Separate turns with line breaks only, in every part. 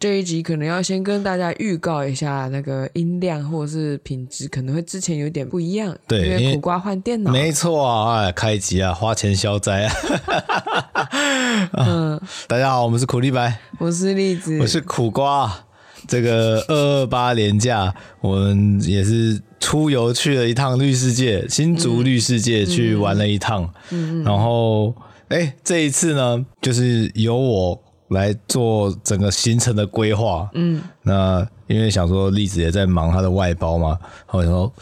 这一集可能要先跟大家预告一下，那个音量或者是品质可能会之前有点不一样，
对
因
因
为
为
苦瓜换电脑，
没错啊，哎，开集啊，花钱消灾啊！
嗯，
大家好，我们是苦力白，
我是栗子，
我是苦瓜。这个二二八连假，我们也是出游去了一趟绿世界，新竹绿世界去玩了一趟。然后，哎，这一次呢，就是由我来做整个行程的规划。嗯，那因为想说栗子也在忙他的外包嘛，我想说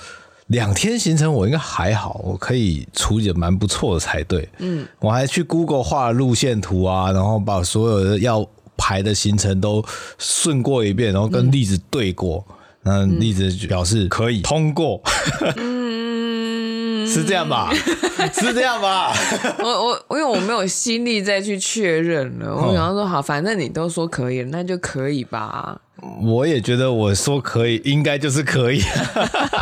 两天行程我应该还好，我可以处理的蛮不错的才对。嗯，我还去 Google 画了路线图啊，然后把所有的要排的行程都顺过一遍，然后跟栗子对过。那栗子就表示可以通过，
嗯，
是这 样吧？是这样吧？
我我因为我没有心力再去确认了，我
哦
想要说好，反正你都说可以了，那就可以吧。
我也觉得我说可以，应该就是可以，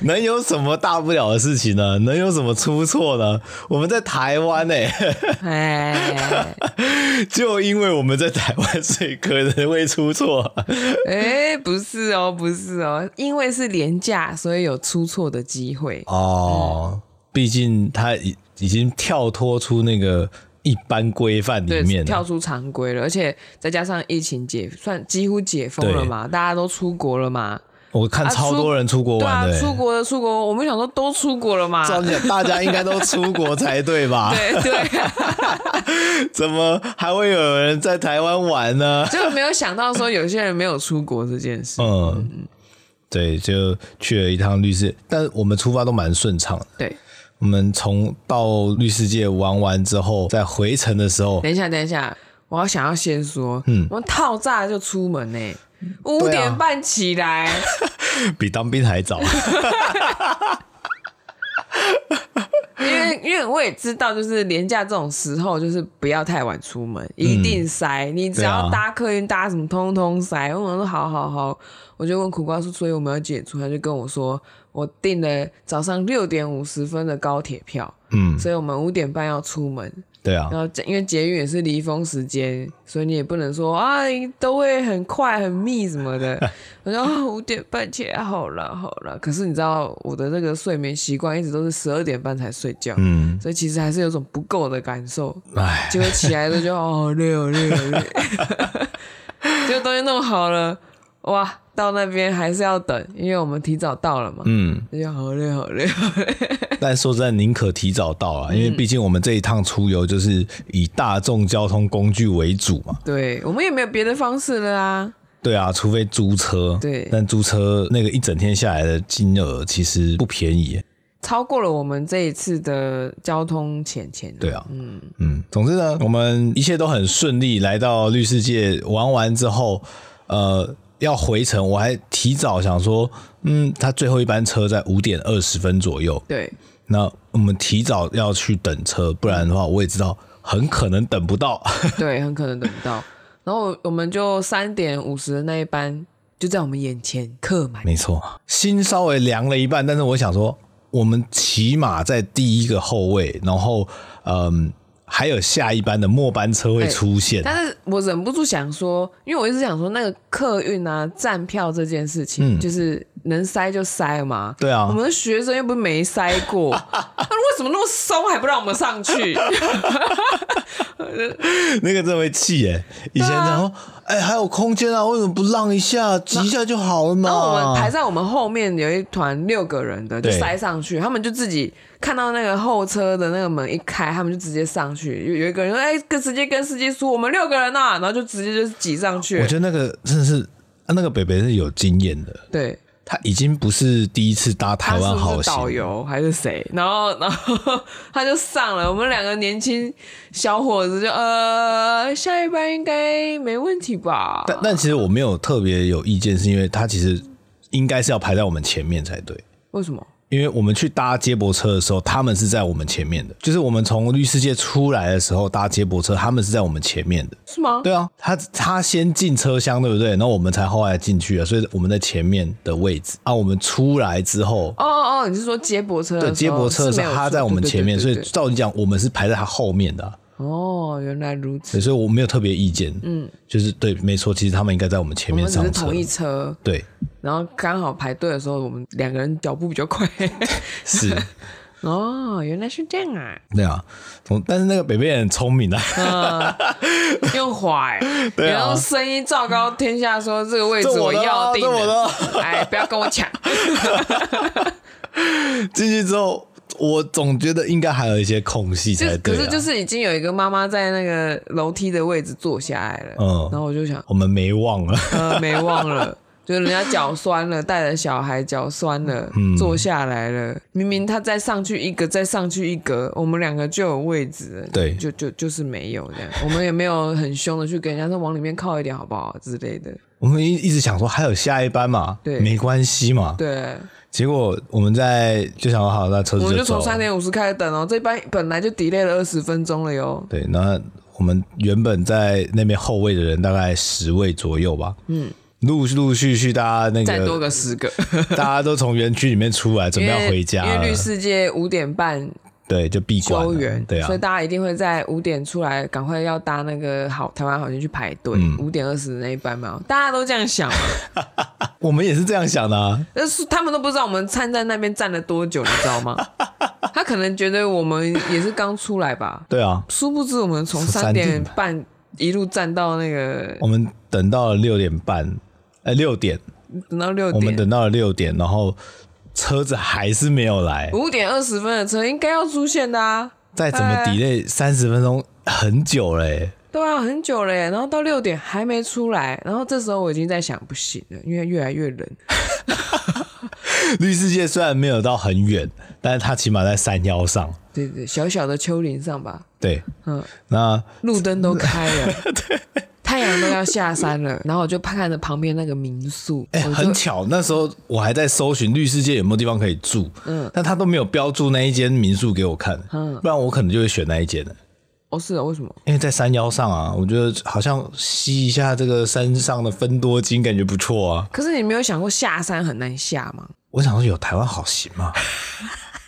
能有什么大不了的事情呢？能有什么出错呢？我们在台湾呢、
哎
就因为我们在台湾，所以可能会出错。
哎，不是哦，不是哦，因为是廉价，所以有出错的机会。
哦，毕竟他已已经跳脱出那个一般规范里
对，
面啊
跳
了。
出常规了，而且再加上疫情解算几乎解封了嘛，大家都出国了嘛，
我看
啊
超
出
多人出国
对啊
玩，的、欸，
出国的出国，我们想说都出国了嘛，
照理讲大家应该都出国才对吧？
啊 对对 啊，
怎么还会有人在台湾玩呢？
就没有想到说有些人没有出国这件事，
嗯，对，就去了一趟律师，但是我们出发都蛮顺畅的。
对。
我们从到律师界玩完之后，在回程的时候，
等一下，等一下，我要想要先说，嗯，我们套炸就出门呢、五
对啊
点半起来，
比当兵还早。
因为因为我也知道，就是廉价这种时候，就是不要太晚出门，一定塞。你只要
嗯对啊
搭客运、搭什么，通通塞。我想说，好好好，我就问苦瓜说，所以我们要解除，他就跟我说，我订了早上六点五十分的高铁票，
嗯，
所以我们五点半要出门。
对啊，
然后因为捷运也是离峰时间，所以你也不能说啊都会很快很密什么的。 我说啊五点半起来好了好了，可是你知道我的这个睡眠习惯一直都是十二点半才睡觉，
嗯，
所以其实还是有种不够的感受。
哎，
结果起来了就哦好累好累好 累，结果东西弄好了，哇到那边还是要等，因为我们提早到了嘛，
嗯。
那就哦好累好累。
但说实在，宁可提早到啊，因为毕竟我们这一趟出游就是以大众交通工具为主嘛。
对我们也没有别的方式了啊。
对啊，除非租车。
对
但租车那个一整天下来的金额其实不便宜。
超过了我们这一次的交通钱钱、
对，啊，嗯嗯，总之呢，我们一切都很顺利，来到绿世界玩完之后，呃，要回程，我还提早想说，嗯，他最后一班车在五点二十分左右，
对，
那我们提早要去等车，不然的话，我也知道很可能等不到。
对， 很可能等不到。然后我们就三点五十的那一班就在我们眼前客满，
没错，心稍微凉了一半，但是我想说，我们起码在第一个后位，然后嗯，还有下一班的末班车会出现。
哎但是我忍不住想说，因为我一直想说那个客运啊站票这件事情，
嗯
就是能塞就塞嘛。
对啊
我，们的学生又不是没塞过，那为什么那么松还不让我们上去？
那个真会气耶！以前
啊
然后哎，还有空间啊，为什么不让一下，挤一下就好了嘛？
然后我们排在我们后面有一团六个人的，就
哦对
塞上去，他们就自己看到那个后车的那个门一开，他们就直接上去。有有一个人说：“哎、跟直接跟司机说我们六个人呐、然后就直接就挤上去。
我觉得那个真的是啊那个北北是有经验的，
对，
他已经不是第一次搭
他
台
是
湾
不
好
是
行，
导游啊还是谁？然后然后他就上了，我们两个年轻小伙子就呃下一班应该没问题吧？
但但其实我没有特别有意见，是因为他其实应该是要排在我们前面才对。
为什么？
因为我们去搭接驳车的时候，他们是在我们前面的。就是我们从绿世界出来的时候搭接驳车，他们是在我们前面的。
是吗？
对啊，他他先进车厢，对不对？然后我们才后来进去啊，所以我们在前面的位置啊。我们出来之后，
哦哦哦，你是说接驳车的时候？
对接驳车的时
是没
候，
有
他
出
在我们
对对
前面，
对
所以
对
照理讲，我们是排在他后面的啊、
哦，原来如此
对，。所以我没有特别意见。嗯，就是对，没错，其实他们应该在我们前
我
面
们只是
上车
同。一车，
对，
然后刚好排队的时候，我们两个人脚步比较 快。
是，
哦，原来是这样啊，
对啊。 从但是那个北北也很聪明啊，
又滑、欸，
对啊
然后声音昭告天下说这个位置
这我的
要
啊
定
这我的
哎，不要跟我 抢。
进去之后，我总觉得应该还有一些空隙
就
才
可
对、啊。
是就是已经有一个妈妈在那个楼梯的位置坐下来了，
嗯
然后我就想，
我们没忘了，
呃，没忘了。就是人家脚酸了，带着小孩脚酸了，
嗯
坐下来了。明明他再上去一个，再上去一格，我们两个就有位置了。
对
就就就是没有这样，我们也没有很凶的去跟人家说往里面靠一点好不好之类的。
我们一一直想说还有下一班嘛，
对
没关系嘛。
对，
结果我们在就想说好，那车
我
子
们就
走
从
了。
三点五十开始等哦，这班本来就 delay 了二十分钟了哟。
对，那我们原本在那边后位的人大概十位左右吧，嗯，陆陆续续大家那
再多
个
个十个，
大家都从园区里面 出来，准备要回家
因为因为
了
绿，世界五点半
对，就闭关
休
了
园，，
对啊
所以，大家一定会在五点出来，赶快要搭那个好台湾好先去排队，
嗯
五点二十那一班嘛，大家都这样想 嘛，
我们也是这样想的、啊，
但是他们都不知道我们站在那边站了多久，你知道吗？他可能觉得我们也是刚出来吧，
对啊，
殊不知我们从
三
三
点
点半一路站到那个
我们等到了六点半，呃，六点，
等到六
我们
点。
等到了六点，然后车子还是没有来，
五点二十分的车应该要出现的啊，
再怎么
哎
delay 三十分钟，很久嘞、
对啊，很久了耶，然后到六点还没出来，然后这时候我已经在想不行了，因为越来越冷，
绿世界虽然没有到很远，但是它起码在山腰上，
对对，小小的丘陵上吧，
对，
嗯，
那
路灯都开 了，太阳都要下山了，然后我就看着旁边那个民宿，
哎、
我就
很巧，那时候我还在搜寻绿世界有没有地方可以住，嗯，但他都没有标注那一间民宿给我看，嗯，不然我可能就会选那一间的，
哦是哦，为什么？
因为在山腰上啊，我觉得好像吸一下这个山上的分多精，感觉不错啊。
可是你没有想过下山很难下 吗？
我想说，有台湾好行吗？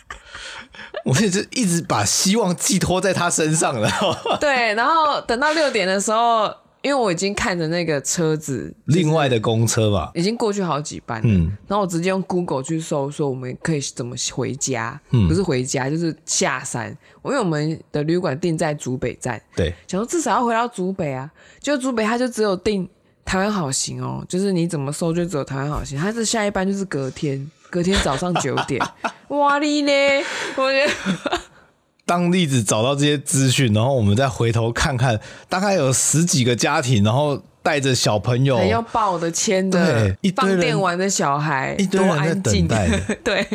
我也是一直把希望寄托在他身上了，
对，然后等到六点的时候，因为我已经看着那个车子
另外的公车吧，
已经过去好几班了，
嗯
然后我直接用 Google 去搜说我们可以怎么回家，
嗯
不是回家就是下山，因为我们的旅馆定在竹北站，
对，
想说至少要回到竹北啊，结果竹北它就只有订台湾好行哦，就是你怎么搜就只有台湾好行，它是下一班就是隔天，隔天早上九 点，哇哩嘞，我觉得
当例子找到这些资讯，然后我们再回头看看，大概有十几个家庭，然后带着小朋友
还要抱的牵的
哦对一，堆人
放电玩的小孩，
一堆人
多安
在
静
等待的，
对，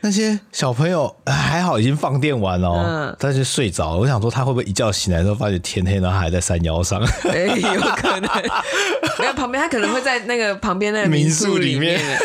那些小朋友呃还好，已经放电完了、哦，
嗯
但是睡着了。我想说，他会不会一觉醒来之后发觉天黑，然后还在山腰上？
哎，有可能，没有旁边他可能会在那个旁边那个
民宿
宿
里面
面，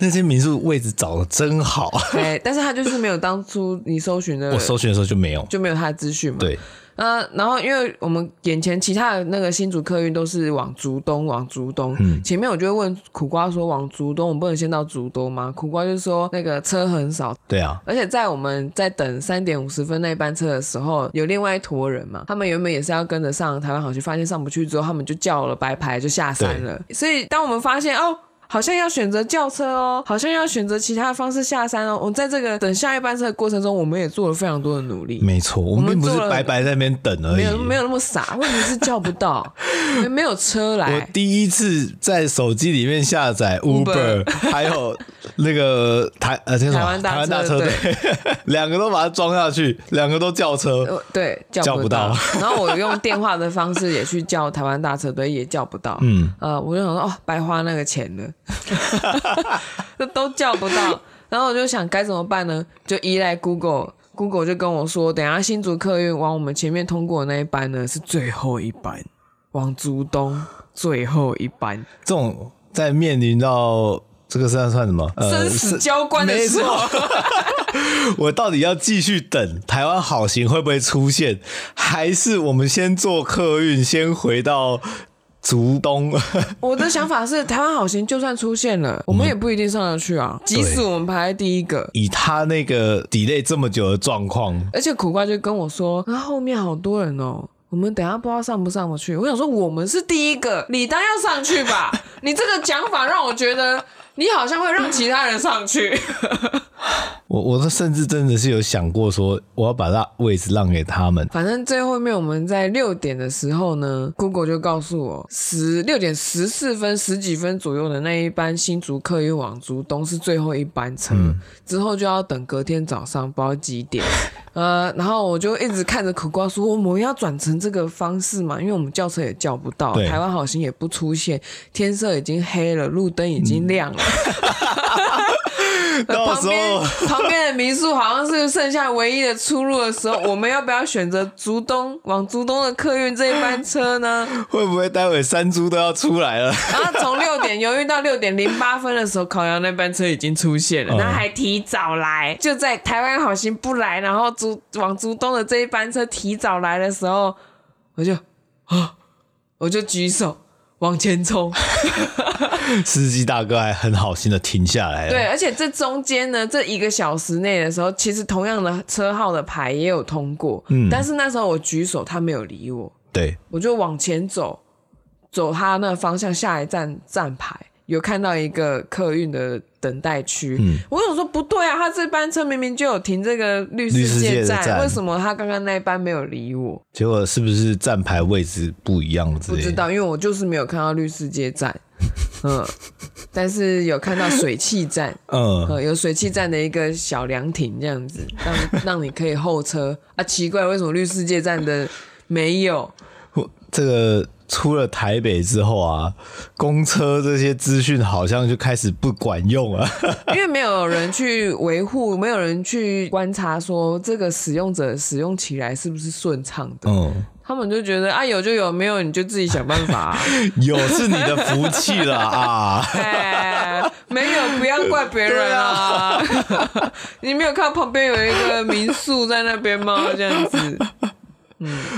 那些民宿位置找的真好，
哎，但是他就是没有当初你搜寻的
我，搜寻的时候就没有。
就没有他的资讯嘛，
对，
那然后因为我们眼前其他的那个新竹客运都是往竹东，往竹东。前面我就会问苦瓜说，往竹东我们不能先到竹东吗？苦瓜就说那个车很少，
对啊，
而且在我们在等三点五十分那班车的时候，有另外一坨人嘛，他们原本也是要跟着上台湾好去，发现上不去之后，他们就叫了白牌就下山了。所以当我们发现哦。好像要选择轿车哦，好像要选择其他的方式下山哦。我们在这个等下一班车的过程中，我们也做了非常多的努力。
没错，我
我
们
们
并不是
做了
白白在那边等而
没
已。
有没有那么傻，问题是叫不 到，没没有车
我
来。
第一次在手机里面下载 Uber，还有那个台呃，叫什么
台湾大
台湾大
车
车队， 两个都把它装下去，两个都叫车。
呃，对，
叫
叫
不
不
到
到。然后我用电话的方式也去叫台湾大车队，也叫不到。
嗯，
呃，我就想说，哦，白花那个钱了， 这都叫不到。然后我就想该怎么办呢？就依赖 Google。Google 就跟我说，等一下新竹客运往我们前面通过的那一班呢是最后一班，往竹东最后一班，
这种在面临到这个算算什么？呃
生死交关的时候
没， 我到底要继续等台湾好行会不会出现，还是我们先坐客运先回到竹东，
我的想法是，台湾好行就算出现了，我们也不一定上得去啊。即使我们排在第一个，
以他那个 delay 这么久的状况，
而且苦瓜就跟我说，啊，后面好多人哦。我们等一下不知道上不上得去，我想说我们是第一个，你当然要上去吧。你这个讲法让我觉得你好像会让其他人上去。
我我都甚至真的是有想过说，我要把那位置让给他们。
反正最后面我们在六点的时候呢，Google 就告诉我十六点十四分十几分左右的那一班新竹客运往竹东是最后一班车，之后就要等隔天早上不知道几点。 呃，然后我就一直看着苦瓜说，我们要转成这个方式嘛，因为我们叫车也叫不到，
对
台湾好心也不出现，天色已经黑了，路灯已经亮了。
到
旁
时
边
候
旁边的民宿好像是剩下唯一的出路的时候，我们要不要选择竹东往竹东的客运这一班车呢？
会不会待会山猪都要出来了？
然后从六点犹豫到六点零八分的时候，烤羊那班车已经出现了，
嗯
然后还提早来，就在台湾好心不来，然后竹往竹东的这一班车提早来的时候，我就啊，我就举手往前冲。
司机大哥还很好心的停下来了。
对，而且这中间呢，这一个小时内的时候，其实同样的车号的牌也有通过，
嗯
但是那时候我举手，他没有理我，
对
我就往前走，走他那方向，下一站站牌有看到一个客运的等待区，
嗯
我想说不对啊，他这班车明明就有停这个绿
绿世
界
界的站
为什么他刚刚那一班没有理我？
结果是不是站牌位置不一样之
不
类
知
的？
道，因为我就是没有看到绿世界站，嗯，但是有看到水汽站。
嗯，
呃，有水汽站的一个小凉亭这样子，让 让你可以候车啊。奇怪，为什么绿世界站的没有？
我这个出了台北之后啊，公车这些资讯好像就开始不管用了。
因为没有人去维护，没有人去观察说这个使用者使用起来是不是顺畅的。
嗯，
他们就觉得啊，有就有，没有你就自己想办法、啊。
有是你的福气了啊。
哎，没有，不要怪别人啊！ 你没有看到旁边有一个民宿在那边吗？这样子，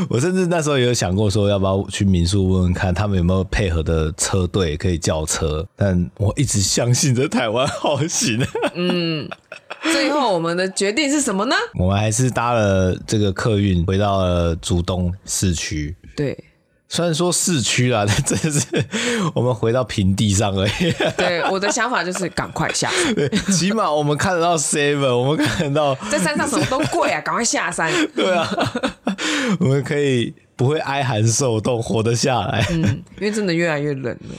我甚至那时候也有想过说，要不要去民宿问问看他们有没有配合的车队可以叫车，但我一直相信这台湾好行，
最后我们的决定是什么呢？
我们还是搭了这个客运回到了竹东市区。
对，
虽然说市区啦，但 真的是我们回到平地上而已。
对，我的想法就是赶快下山，
起码我们看得到 Seven，我们看得到，
在山上什么都贵啊，赶快下山。
对啊，我们可以不会哀寒受冻，活得下来。
嗯，因为真的越来越冷了。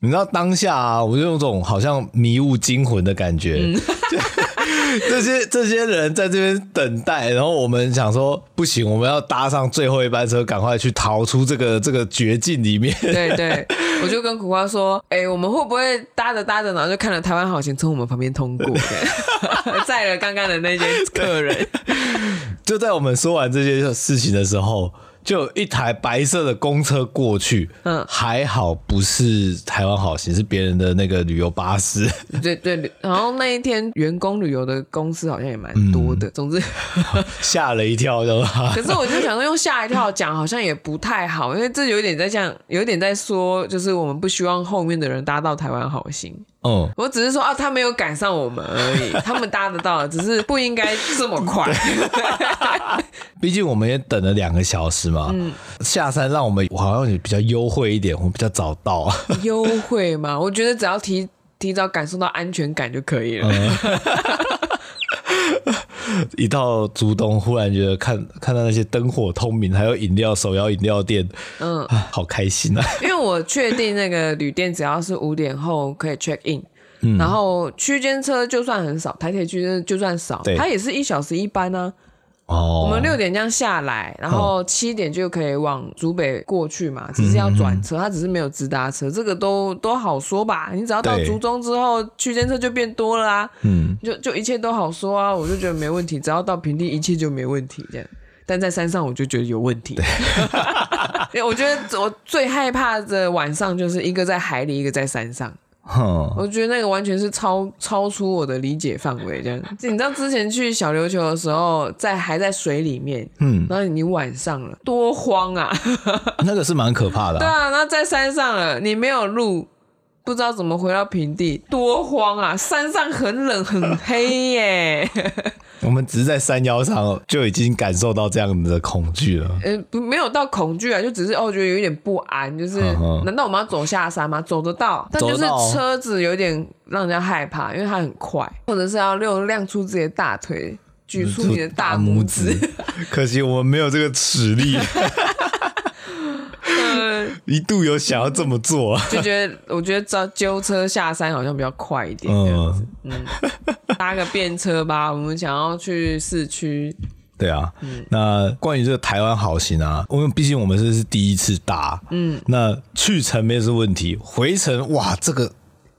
你知道当下啊，我就有种好像迷雾惊魂的感觉。 就这些这些人在这边等待，然后我们想说不行，我们要搭上最后一班车，赶快去逃出这个这个绝境里面。
对对，我就跟苦瓜说，哎、我们会不会搭着搭着，然后就看了台湾好行从我们旁边通过，对 载了刚刚的那些客人。
就在我们说完这些事情的时候，就有一台白色的公车过去。
嗯
还好不是台湾好行，是别人的那个旅游巴士。
对对，然后那一天员工旅游的公司好像也蛮多的，总之。
吓了一跳，对吧？
可是我就想说，用吓一跳讲好像也不太好，因为这有点在讲，有点在说，就是我们不希望后面的人搭到台湾好行。
嗯，
我只是说啊，他没有赶上我们而已，他们搭得到，只是不应该这么快。
毕竟我们也等了两个小时嘛。
嗯
下山让我们好像也比较优惠一点，我们比较早到。
优惠嘛，我觉得只要提提早感受到安全感就可以了。
嗯一到竹东，忽然觉得看看到那些灯火通明，还有饮料手摇饮料店，
嗯，
啊好开心啊！
因为我确定那个旅店只要是五点后可以 check in，、然后区间车就算很少，台铁区间就算少
对，
它也是一小时一班啊呢、
哦，
我们六点这样下来，然后七点就可以往竹北过去嘛，只是要转
嗯
车，它只是没有直达车，这个都都好说吧。你只要到
对
竹中之后，区间车就变多了啊，
嗯，
就就一切都好说啊，我就觉得没问题。只要到平地，一切就没问题这样。但在山上，我就觉得有问题。 因为我觉得我最害怕的晚上就是一个在海里，一个在山上。
哼，
我觉得那个完全是超超出我的理解范围，这样。你知道之前去小琉球的时候，在还在水里面，
嗯，
然后你晚上了，多慌啊！
那个是蛮可怕的
对
啊、
啊，然后在山上了，你没有路，不知道怎么回到平地，多慌啊！山上很冷很黑耶，
我们只是在山腰上就已经感受到这样的恐惧了。
呃，不没有到恐惧啊，就只是哦，觉得有点不安，就是
嗯哼
难道我们要走下山吗？走得到，但就是
走得到哦
车子有点让人家害怕，因为它很快，或者是要亮亮出自己的大腿，举出你的嗯大拇指。
大，可惜我们没有这个 齿力，
呃
一度有想要这么做。 啊
就觉得，我觉得招揪车下山好像比较快一点，
嗯，
搭个便车吧。我们想要去市区，
对啊，
嗯
那关于这个台湾好行啊，因为毕竟我们这是第一次搭，嗯，那去程没有是问题，回程哇，这个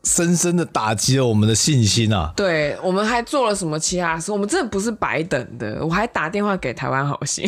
深深的打击了我们的信心 啊。
对我们还做了什么其他事？我们真的不是白等的，我还打电话给台湾好心，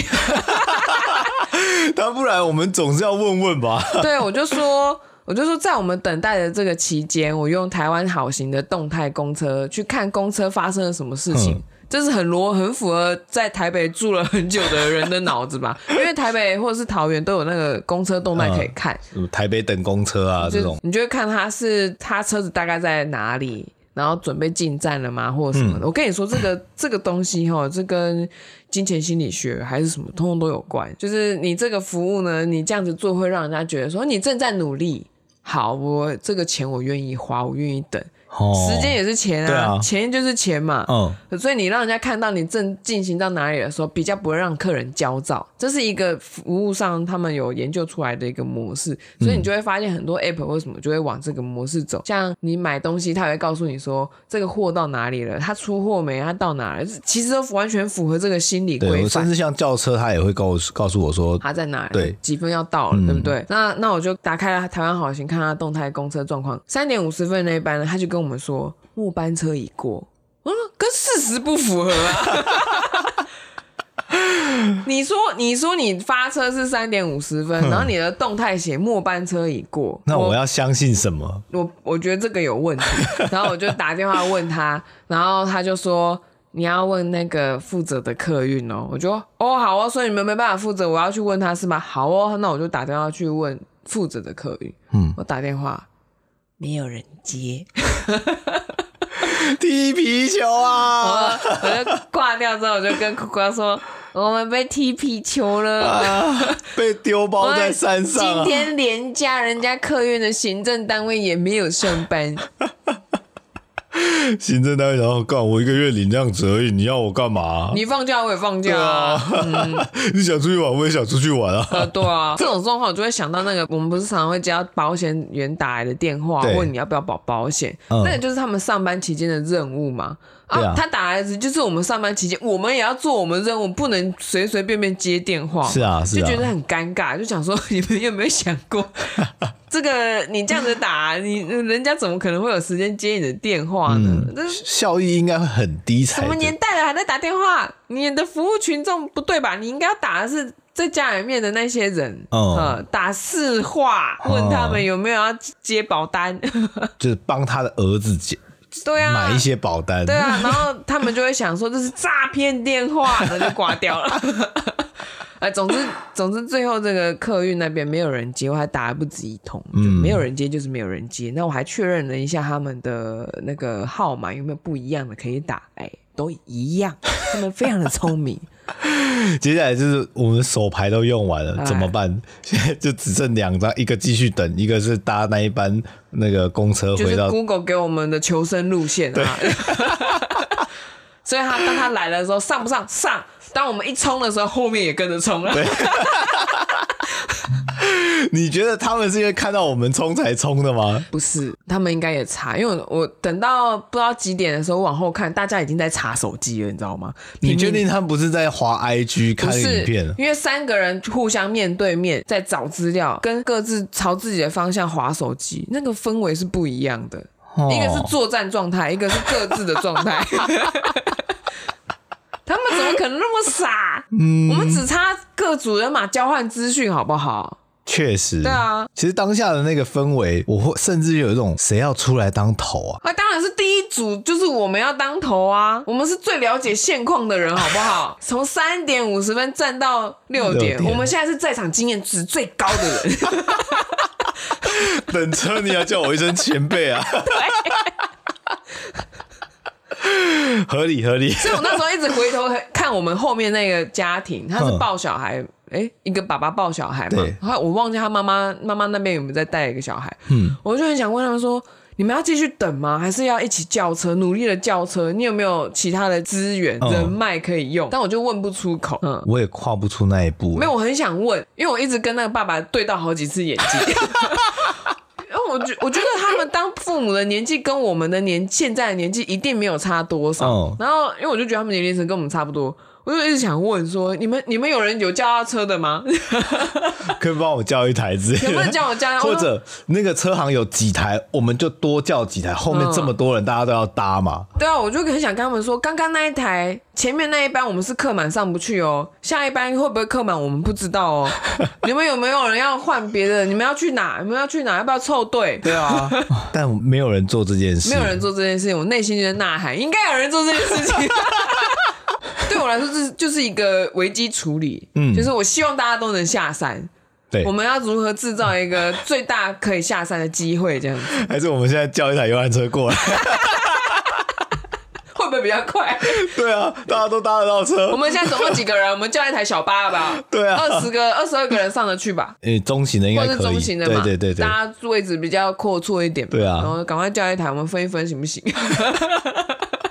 但不然我们总是要问问 吧。
对我就说。我就说，在我们等待的这个期间，我用台湾好行的动态公车去看公车发生了什么事情
嗯，
这是很罗很符合在台北住了很久的人的脑子吧？因为台北或者是桃园都有那个公车动态可以看，
台北等公车啊，这
就
种
你就会看他是他车子大概在哪里，然后准备进站了吗，或者什么
嗯
的。我跟你说，这个 这个东西哈，这跟金钱心理学还是什么，通通都有关。就是你这个服务呢，你这样子做会让人家觉得说哦你正在努力。好，我这个钱我愿意花，我愿意等，
哦，
时间也是钱
对
啊，
啊
钱就是钱嘛。
嗯，
所以你让人家看到你正进行到哪里的时候，比较不会让客人焦躁，这是一个服务上他们有研究出来的一个模式，所
嗯
以你就会发现很多 app 为什么就会往这个模式走。像你买东西，他也会告诉你说这个货到哪里了，他出货没，他到哪了，其实都完全符合这个心理
对，
规
我甚
范。
至像轿车，他也会告诉告诉我说，
他在哪里？
对嗯
几分要到了，对不对？那那我就打开了台湾好行，看他动态公车状况。三点五十分那一班呢，他就跟我们说末班车已过，嗯，跟事实不符合啊。 你说，你说你发车是三点五十分，然后你的动态写末班车已过，
那我要相信什么？
我我觉得这个有问题， 然后我就打电话问他，然后他就说你要问那个负责的客运哦，我就哦好哦，所以你们没办法负责，我要去问他是吗？好哦，那我就打电话去问负责的客运，
嗯，
我打电话没有人接，
踢皮球
我
啊！
我就挂掉之后，我就跟苦瓜说我们被踢皮球 了。
啊被丢包在山上、
今
啊，
天连假，人家客运的行政单位也没有上班，
行政单位然后干我一个月领这样子而已，你要我干嘛、啊
你放假我也放假、啊，
你想出去玩，我也想出去玩啊。
呃，对啊， 这种状况我就会想到那个，我们不是常常会接到保险员打来的电话，
对
问你要不要保保险，
嗯
那个就是他们上班期间的任务嘛。
对啊
他打来的就是我们上班期间，我们也要做我们任务，不能随随便便接电话。
是啊是啊
就觉得很尴尬，就想说你们有没有想过， 这个你这样子打，你人家怎么可能会有时间接你的电话呢？
嗯
这
效益应该会很低才
什么
哎对。
年代了还在打电话？你的服务群众不对吧？你应该要打的是在家里面的那些人，
嗯
呃，打市话，
哦
问他们有没有要接保单。
就是帮他的儿子解
对啊，
买一些保单。
对啊，然后他们就会想说这是诈骗电话，然后就挂掉了。呃，总之，总之，最后这个客运那边没有人接，我还打了不止一通，就
嗯
没有人接就是没有人接。那我还确认了一下他们的那个号码有没有不一样的可以打，哎，都一样，他们非常的聪明。
接下来就是我们手牌都用完了，
哎
怎么办？ 现在就只剩两张，一个继续等，一个是搭那一班那个公车
就
回
是
到。
Google 给我们的求生路线啊。 所以他当他来的时候上不上上，当我们一冲的时候，后面也跟着冲了。
你觉得他们是因为看到我们冲才冲的吗？
不是，他们应该也查，因为我我等到不知道几点的时候往后看，大家已经在查手机了，你知道吗？
你
拼
确
命
定他们不是在滑 IG
不
看
是
影片？
因为三个人互相面对面在找资料，跟各自朝自己的方向划手机，那个氛围是不一样的。
哦
一个是作战状态，一个是各自的状态。 他
嗯
们怎么可能那么傻？我们只差各组人马交换资讯，好不好？
确实，
对啊，
其实当下的那个氛围，我会甚至有一种谁要出来当头啊？
啊，当然是第一组，就是我们要当头啊，我们是最了解现况的人，好不好？从三点五十分站到六点，
6点
我们现在是在场经验值最高的人。
等车你要叫我一声前辈啊！合理合理，
所以我那时候一直回头看我们后面那个家庭，他是抱小孩，哎、一个爸爸抱小孩嘛
对，
然后我忘记他妈妈妈妈那边有没有在带一个小孩，嗯，我就很想问他们说。你们要继续等吗？还是要一起叫车？努力的叫车？你有没有其他的资源、
嗯
人脉可以用？但我就问不出口。嗯，
我也跨不出那一步。
没有，我很想问，因为我一直跟那个爸爸对到好几次眼睛。 然后我觉我觉得他们当父母的年纪跟我们的年现在的年纪一定没有差多少。
嗯
然后因为我就觉得他们年龄层跟我们差不多，我就一直想问说，你们你们有人有叫他车的吗？
可以帮我叫一台之类的，
有没有人叫我叫？
或者那个车行有几台，我们就多叫几台。后面这么多人，大家都要搭嘛。
对啊，我就很想跟他们说，刚刚那一台前面那一班我们是客满上不去哦，下一班会不会客满我们不知道哦。 你们有没有人要换别的？你们要去哪？你们要去哪？要不要凑队？
对啊，但没有人做这件事，
没有人做这件事情，我内心就在呐喊，应该有人做这件事情。 对我来说，这是就是一个危机处理，嗯，就是我希望大家都能下山。
对
我们要如何制造一个最大可以下山的机会？这样子
还是我们现在叫一台游览车过来？
会不会比较快？
对啊，大家都搭得到
我
车。
们现在总共几个人？我们叫一台小巴吧，
对啊
二十个、二十二个人上得去吧，
诶，中型的应
或
该
者是
可以，
中型的嘛？
对对对对，
大家位置比较阔绰一点嘛。
对啊
然后赶快叫一台，我们分一分行不行？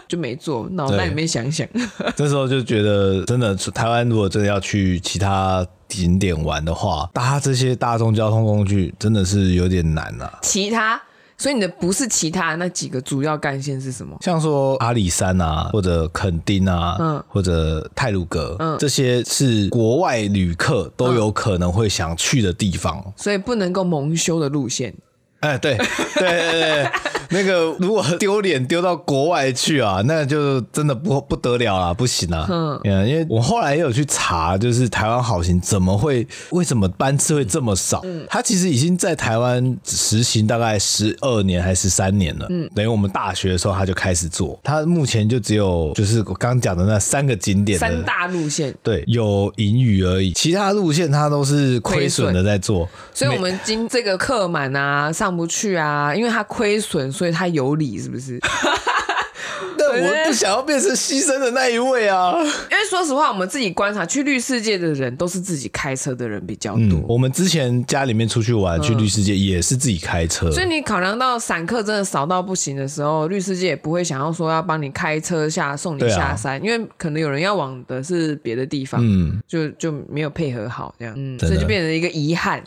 就没做，脑袋里面想想。
这时候就觉得，真的台湾如果真的要去其他景点玩的话，搭这些大众交通工具真的是有点难啊。
其他，所以你的不是其他那几个主要干线是什么？
像说阿里山啊，或者垦丁啊，
嗯
或者泰鲁阁，这些是国外旅客都有可能会想去的地方。
所以不能够蒙羞的路线。
哎，对对对 对，那个如果丢脸丢到国外去啊，那就真的不不得了啊，不行啊。
嗯
嗯，因为我后来也有去查，就是台湾好行怎么会为什么班次会这么少？
嗯
它其实已经在台湾实行大概十二年还是三年了。嗯，等于我们大学的时候它就开始做，它目前就只有就是我刚讲的那三个景点的
三大路线，
对有盈余而已，其他路线它都是亏损
亏
的在做。
所以我们今这个客满啊，上不去啊，因为它亏损，所以它有理，是不 是？
但我不想要变成牺牲的那一位啊！
因为说实话，我们自己观察去绿世界的人，都是自己开车的人比较多。
嗯，我们之前家里面出去玩，去绿世界也是自己开车，
所以你考量到散客真的少到不行的时候，律师界也不会想要说要帮你开车下送你
对啊
下山，因为可能有人要往的是别的地方，
嗯，
就就没有配合好这样，嗯，
真
所
的
以就变成一个遗憾。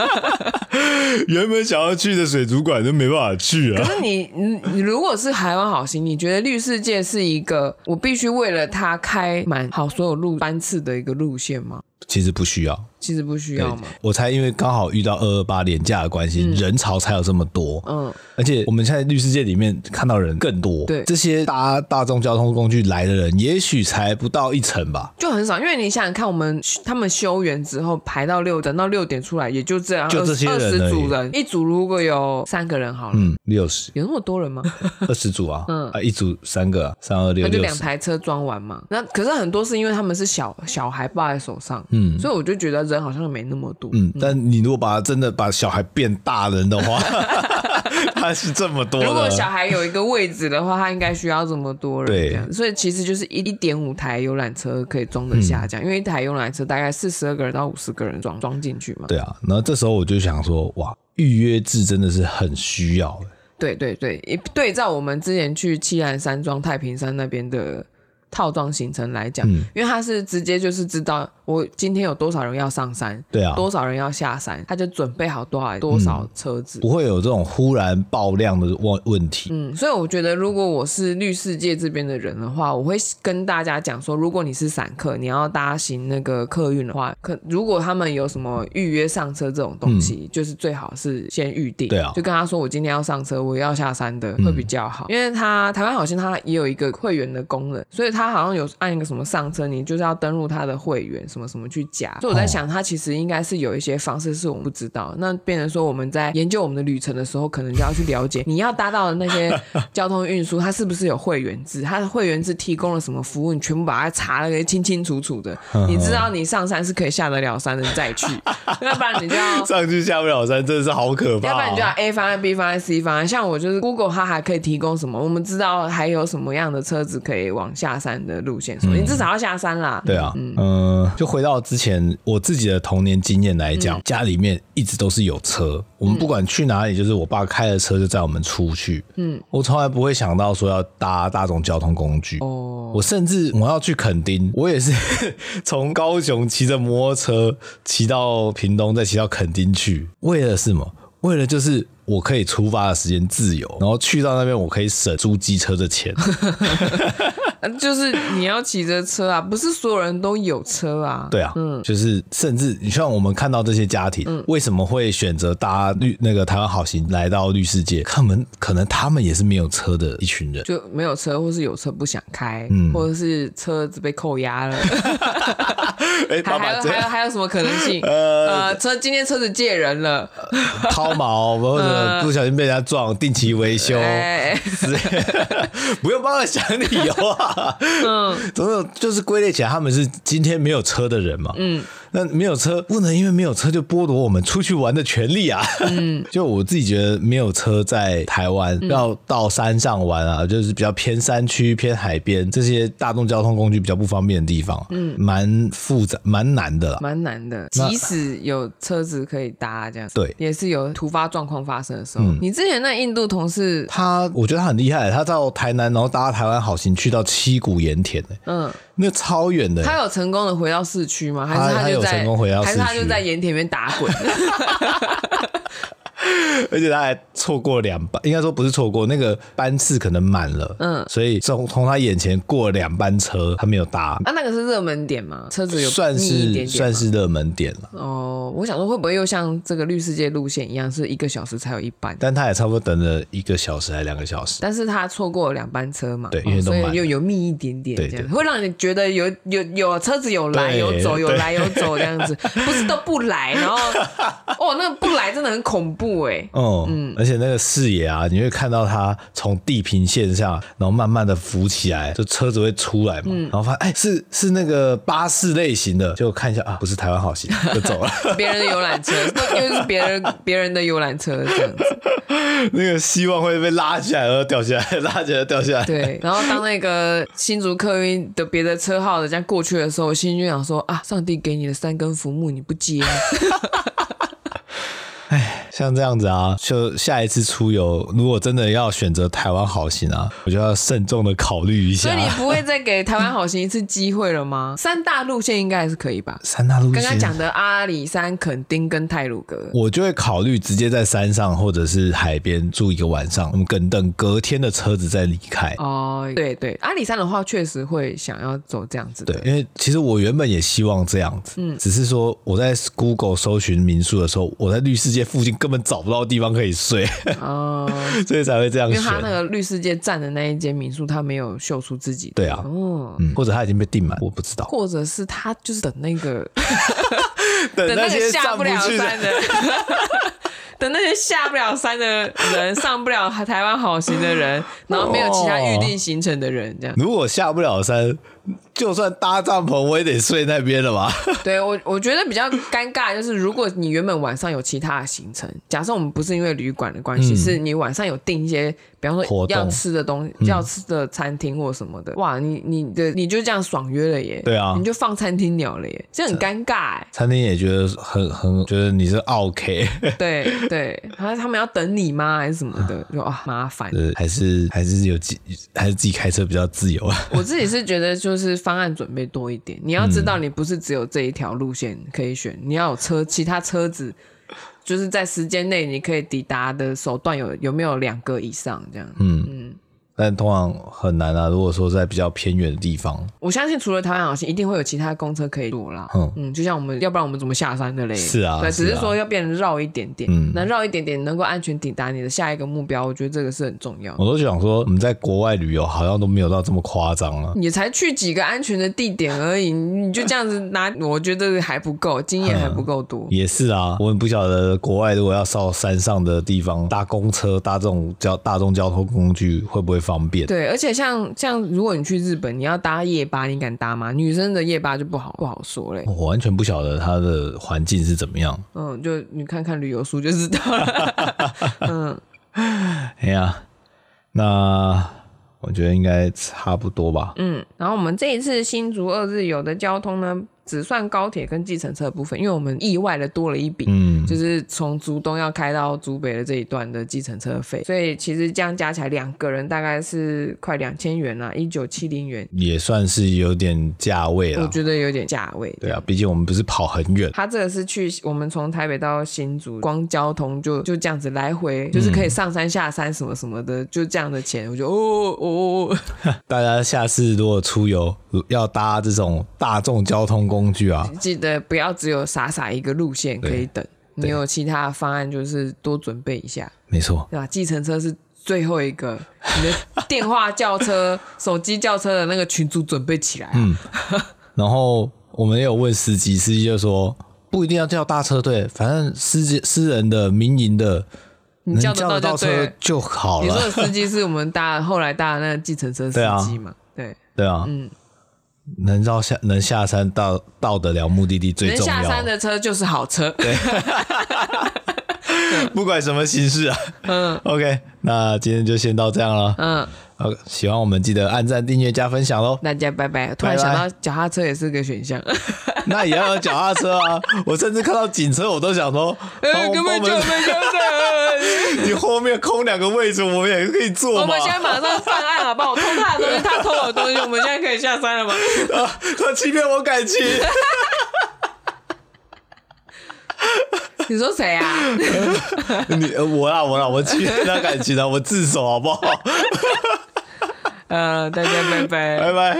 原本想要去的水族馆都没办法去
可
啊。
是你你你如果是台湾好行，你觉得律师界是一个我必须为了它开满好所有路班次的一个路线吗？
其实不需要，
其实不需
对
要嘛，
我猜因为刚好遇到二二八廉价的关系，人潮才有这么多。
嗯，
而且我们现在绿世界里面看到人更多，
对
这些搭大众交通工具来的人，也许才不到一成吧，
就很少，因为你想想看，我们他们休园之后排到六，等到六点出来，也就这样，
就这些人
二十
而已
组人，一组如果有三个人好了，
嗯，六十
有那么多人吗？
二十组啊，
嗯
啊，一组三个、啊，三二六
那就
六
两
十，
台车装完嘛。那可是很多是因为他们是小小孩抱在手上，
嗯
所以我就觉得人好像没那么多。
嗯，但你如果把真的把小孩变大人 的话，他是这么多的，
如果小孩有一个位置的话，他应该需要这么多人
嗯对
这样，所以其实就是一一点五台游览车可以装得
嗯
下这样，因为一台游览车大概四十二个人到五十个人装装进去嘛。
对啊，然后这时候我就想说，哇，预约制真的是很需要欸的。
对对对，一对照我们之前去七兰山庄、太平山那边的套装行程来讲，
嗯
因为他是直接就是知道我今天有多少人要上山，
对啊，嗯
多少人要下山，他就准备好多少多少车子。
不会有这种忽然爆量的问问题。
嗯，所以我觉得，如果我是绿世界这边的人的话，我会跟大家讲说，如果你是散客，你要搭行那个客运的话，可如果他们有什么预约上车这种东西，就是最好是先预定，
嗯对啊
就跟他说我今天要上车，我要下山的会比较好，因为他台湾好像他也有一个会员的功能，所以他好像有按一个什么上车，你就是要登录他的会员什什么什么去加。所以我在想，它其实应该是有一些方式是我们不知道。那变成说我们在研究我们的旅程的时候，可能就要去了解 你要搭到的那些交通运输，它是不是有会员制，它的会员制提供了什么服务，你全部把它查的清清楚楚的。你知道你上山是可以下得了山的，你再去， 要不然你就要。
上去下不了山，真的是好可怕、哦。
要不然你就要 A 方案、B 方案、C 方案。像我就是 Google，它还可以提供什么？我们知道还有什么样的车子可以往下山的路线，所以你至少要下山啦。
嗯对啊，嗯、呃就回到之前我自己的童年经验来讲，家里面一直都是有车，我们不管去哪里，就是我爸开着车就载我们出去。嗯，我从来不会想到说要搭大众交通工具。
哦，
我甚至我要去垦丁，我也是 从高雄骑着摩托车骑到屏东，再骑到垦丁去，为了什么？为了就是我可以出发的时间自由，然后去到那边我可以省租机车的钱。
呃就是你要骑着车啊，不是所有人都有车啊。
对啊，嗯，就是甚至你像我们看到这些家庭，
嗯
为什么会选择搭绿那个台湾好行来到绿世界？他们可能他们也是没有车的 一群人，
就没有车，或是有车不想开，
嗯
或者是车子被扣押 了，还
哎、
还
爸爸
有
这
还有
样
还有什么可能性？
呃
呃，车今天车子借人了，
抛锚或者
呃
不小心被人家撞，定期维修，
哎，
之类的不用帮他想理由啊。嗯，总有就是归类起来，他们是今天没有车的人嘛。嗯，那没有车不能因为没有车就剥夺我们出去玩的权利啊。嗯， 就我自己觉得没有车在台湾要到山上玩啊，就是比较偏山区、偏海边这些大众交通工具比较不方便的地方，嗯，蛮复杂、蛮难的啦。
蛮难的。
那
即使有车子可以搭，这样
对嗯
也是有突发状况发生的时候。你之前那印度同事，
他我觉得他很厉害，他到台南，然后搭台湾好行去到七股盐田、欸，
嗯，
那超远的欸、
他有成功的回到市区吗？还
他
是
他
就
有
在
成功回到
还是他
市
就
区
在盐田里面打 滚？
而且他还错过两班，应该说不是错过，那个班次可能满了，嗯
嗯，
所以从从他眼前过了两班车，他没有搭，
啊，那个是热门点嘛，车子有
算
密一点
是
点
算
吗
是热门点了。
哦，我想说会不会又像这个绿世界路线一样，是一个小时才有一班？
但他也差不多等了一个小时还两个小时，
但是他错过了两班车嘛，
对
哦
因为都
所
满
以
了
又有密一点点，
对
这
对
样会让你觉得有有有车子有来
对
有走，有
对
来有走这样子， 不是都不来，然后哦，那个不来真的很恐怖哎，
嗯，而且那个视野啊，你会看到它从地平线上，然后慢慢的浮起来，就车子会出来
嗯
嘛，然后发现哎、是是那个巴士类型的，结果看一下啊，不是台湾好行，就走了。
别人的游览车，那又是别人别人的游览车这样子，
那个希望会被拉起来，然后掉下来，拉起来掉下 来。
对。然后当那个新竹客运的别的车号的这样过去的时候，我心里就想说啊，上帝给你的三根浮木你不接 啊，
像这样子啊，就下一次出游，如果真的要选择台湾好行啊，我就要慎重的考虑一
所
下
以。你不会再给台湾好行一次机会了吗？啊 三大路线应该还是可以吧？
三大路
刚刚
线，
讲的阿里山、垦丁跟泰鲁阁，
我就会考虑直接在山上或者是海边住一个晚上，我们等等隔天的车子再离开。
哦，对对，阿里山的话确实会想要走这样子的，
对，因为其实我原本也希望这样子，
嗯
只是说我在 Google 搜寻民宿的时候，我在绿世界附近根本找不到地方可以睡，
哦，
所以才会这样
因为
选。
他那个绿世界站的那一间民宿，他没有秀出自己的，
对啊，
哦，
嗯，或者它已经被订满，我不 知道。
或者是他就是等那个
等
等那
些
个
上
下不了
去的
山的。等那些下不了山的人，上不了台湾好行的人，然后没有其他预定行程的人，这样。
如果下不了山，就算搭帐篷，我也得睡那边了吧？
对我，我觉得比较尴尬就是，如果你原本晚上有其他的行程，假设我们不是因为旅馆的关系，
嗯
是你晚上有订一些，比方说
活动嗯
要吃的东西、要吃的餐厅或什么的，哇，你你的你就这样爽约了耶，
对啊，
你就放餐厅鸟了耶，这很尴尬哎
餐厅也觉得很很觉得你是 OK，
对对，然后他们要等你吗还是什么的，就啊麻烦。
呃还是还是有自还是自己开车比较自由啊。
我自己是觉得就是方案准备多一点，你要知
嗯
道你不是只有这一条路线可以选，你要有车，其他车子就是在时间内你可以抵达的手段有有没有两个以上这样。
嗯
嗯，
但通常很难啊。如果说在比较偏远的地方，
我相信除了台湾航线，一定会有其他公车可以坐啦。
嗯
嗯就像我们，要不然我们怎么下山的嘞？
是啊
对，
是
只
啊
是说要变成绕一点点，
嗯
那绕一点点能够安全抵达你的下一个目标，我觉得这个是很重要的。
我都想说我们在国外旅游好像都没有到这么夸张啊。
你才去几个安全的地点而已，你就这样子拿，我觉得还不够，经验还不够多。
也是啊，我也不晓得国外如果要到山上的地方搭公车、搭这种交大众交通工具会不会方便？
对，而且像像如果你去日本，你要搭夜巴，你敢搭吗？女生的夜巴就不好不好说嘞。
我完全不晓得它的环境是怎么样。
嗯，就你看看旅游书就知道了。嗯，
哎呀，那我觉得应该差不多吧。
嗯，然后我们这一次新竹二日游的交通呢，只算高铁跟计程车的部分，因为我们意外的多了一笔，
嗯，
就是从竹东要开到竹北的这一段的计程车费，所以其实这样加起来两个人大概是快两千元啦，一九七零元，
也算是有点价位
我
了。
觉得有点价位。
对啊，毕竟我们不是跑很远。
他这个是去我们从台北到新竹，光交通就就这样子来回，就是可以上山下山什么什么的，就这样的钱，我就哦哦哦 哦，
大家下次如果出游如要搭这种大众交通工具啊，
记得不要只有傻傻一个路线可以等，你有其他的方案就是多准备一下，
没错，
对吧？计程车是最后一个，你的电话叫车、手机叫车的那个群组准备起来、
嗯
啊。
然后我们也有问司机，司机就说不一定要叫大车队，反正私机私人的、民营的，
你叫得
能叫得
到
到
就对
车
了
就好
你说
了。
的司机是我们搭后来搭的那个计程车司
对啊
机嘛？对，
对啊，
嗯
能到下能下山到到得了目的地最
能
重
下山
要，
的车就是好车。
不管什么形式啊。嗯，OK，那今天就先到这样了。
嗯，
好，喜欢我们记得按赞、订阅、加分
。
享喽
大家拜拜。突然
拜拜
想到脚踏车也是个选项，
那也要有脚踏车啊！我甚至看到警车，我都 想说，帮
呃
我
根本就
帮我们
没 有的。
你后面空两个位置，我们也可以坐
我
嘛
们。现在马上犯案好不好？我偷他的东西，他偷我的东西，我们现在可以下山了吗？
啊他欺骗我感情，
你说谁啊？
你呃我啦我啦，我欺骗他感情了，啊我自首好不好？
呃，大家拜拜。
拜拜。